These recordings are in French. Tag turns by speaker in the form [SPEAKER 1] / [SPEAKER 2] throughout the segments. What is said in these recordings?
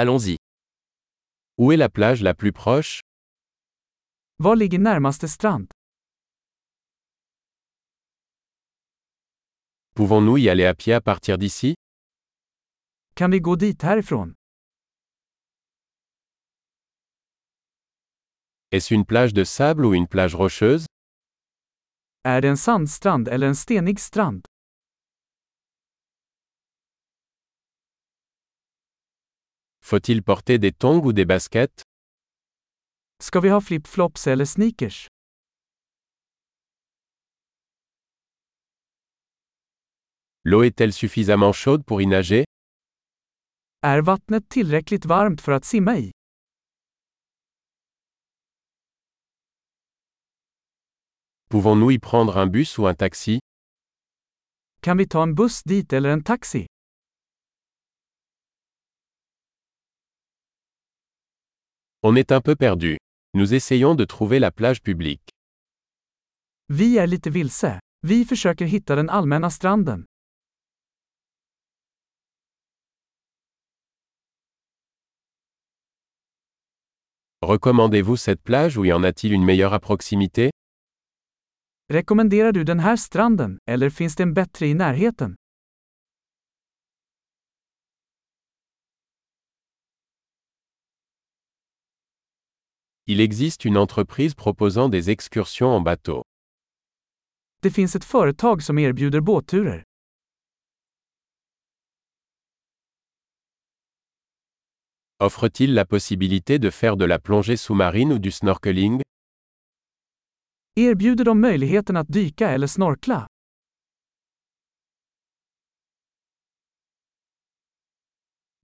[SPEAKER 1] Allons-y. Où est la plage la plus proche
[SPEAKER 2] Var ligger närmaste strand?
[SPEAKER 1] Pouvons-nous y aller à pied à partir d'ici
[SPEAKER 2] Kan vi gå dit härifrån?
[SPEAKER 1] Est-ce une plage de sable ou une plage rocheuse
[SPEAKER 2] Är det en sandstrand eller en stenig strand?
[SPEAKER 1] Faut-il porter des tongs ou des baskets
[SPEAKER 2] Ska vi ha flip-flops eller sneakers?
[SPEAKER 1] L'eau est-elle suffisamment chaude pour y nager
[SPEAKER 2] Är vattnet tillräckligt varmt för att simma i?
[SPEAKER 1] Pouvons-nous y prendre un bus ou un taxi
[SPEAKER 2] Kan vi ta en buss dit eller en taxi?
[SPEAKER 1] On est un peu perdu. Nous essayons de trouver la plage publique.
[SPEAKER 2] Vi är lite vilse. Vi försöker hitta den allmänna stranden.
[SPEAKER 1] Recommandez-vous cette plage ou y en a-t-il une meilleure à proximité
[SPEAKER 2] Rekommenderar du den här stranden, eller finns det en bättre i närheten?
[SPEAKER 1] Il existe une entreprise proposant des excursions en bateau.
[SPEAKER 2] Det finns ett företag som erbjuder båtturer.
[SPEAKER 1] Offre-t-il la possibilité de faire de la plongée sous-marine ou du snorkeling
[SPEAKER 2] Erbjuder de möjligheten att dyka eller snorkla?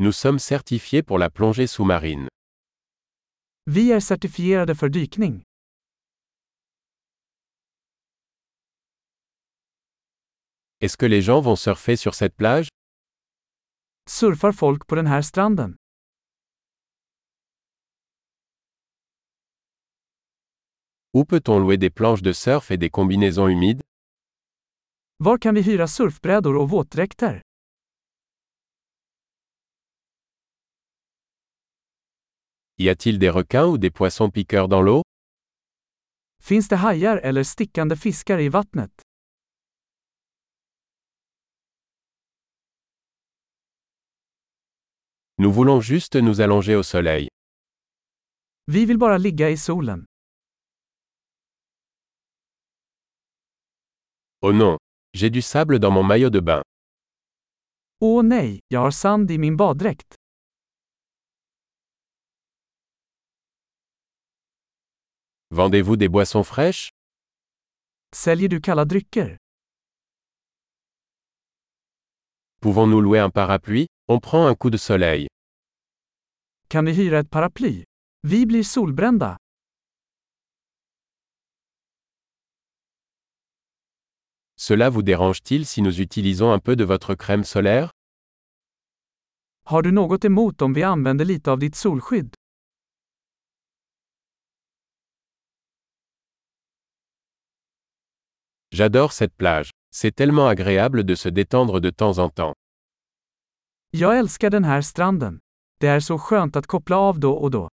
[SPEAKER 1] Nous sommes certifiés pour la plongée sous-marine.
[SPEAKER 2] Vi är certifierade för dykning.
[SPEAKER 1] Est-ce que les gens vont surfer sur cette plage
[SPEAKER 2] Surfar folk på den här stranden?
[SPEAKER 1] Où peut-on louer des planches de surf et des combinaisons humides
[SPEAKER 2] Var kan vi hyra surfbrädor och våtdräkter?
[SPEAKER 1] Y a-t-il des requins ou des poissons piqueurs dans l'eau
[SPEAKER 2] Finns det hajar eller stickande fiskar i vattnet?
[SPEAKER 1] Nous voulons juste nous allonger au soleil.
[SPEAKER 2] Vi vill bara ligga i solen.
[SPEAKER 1] Oh non, j'ai du sable dans mon maillot de bain.
[SPEAKER 2] Åh nej, jag har sand i min baddräkt.
[SPEAKER 1] Vendez-vous des boissons fraîches
[SPEAKER 2] Säljer du kalla drycker?
[SPEAKER 1] Pouvons-nous louer un parapluie On prend un coup de soleil.
[SPEAKER 2] Kan vi hyra ett paraply? Vi blir solbrända.
[SPEAKER 1] Cela vous dérange-t-il si nous utilisons un peu de votre crème solaire
[SPEAKER 2] Har du något emot om vi använder lite av ditt solskydd?
[SPEAKER 1] J'adore cette plage. C'est tellement agréable de se détendre de temps en temps.
[SPEAKER 2] Jag älskar den här stranden. Det är så skönt att koppla av då och då.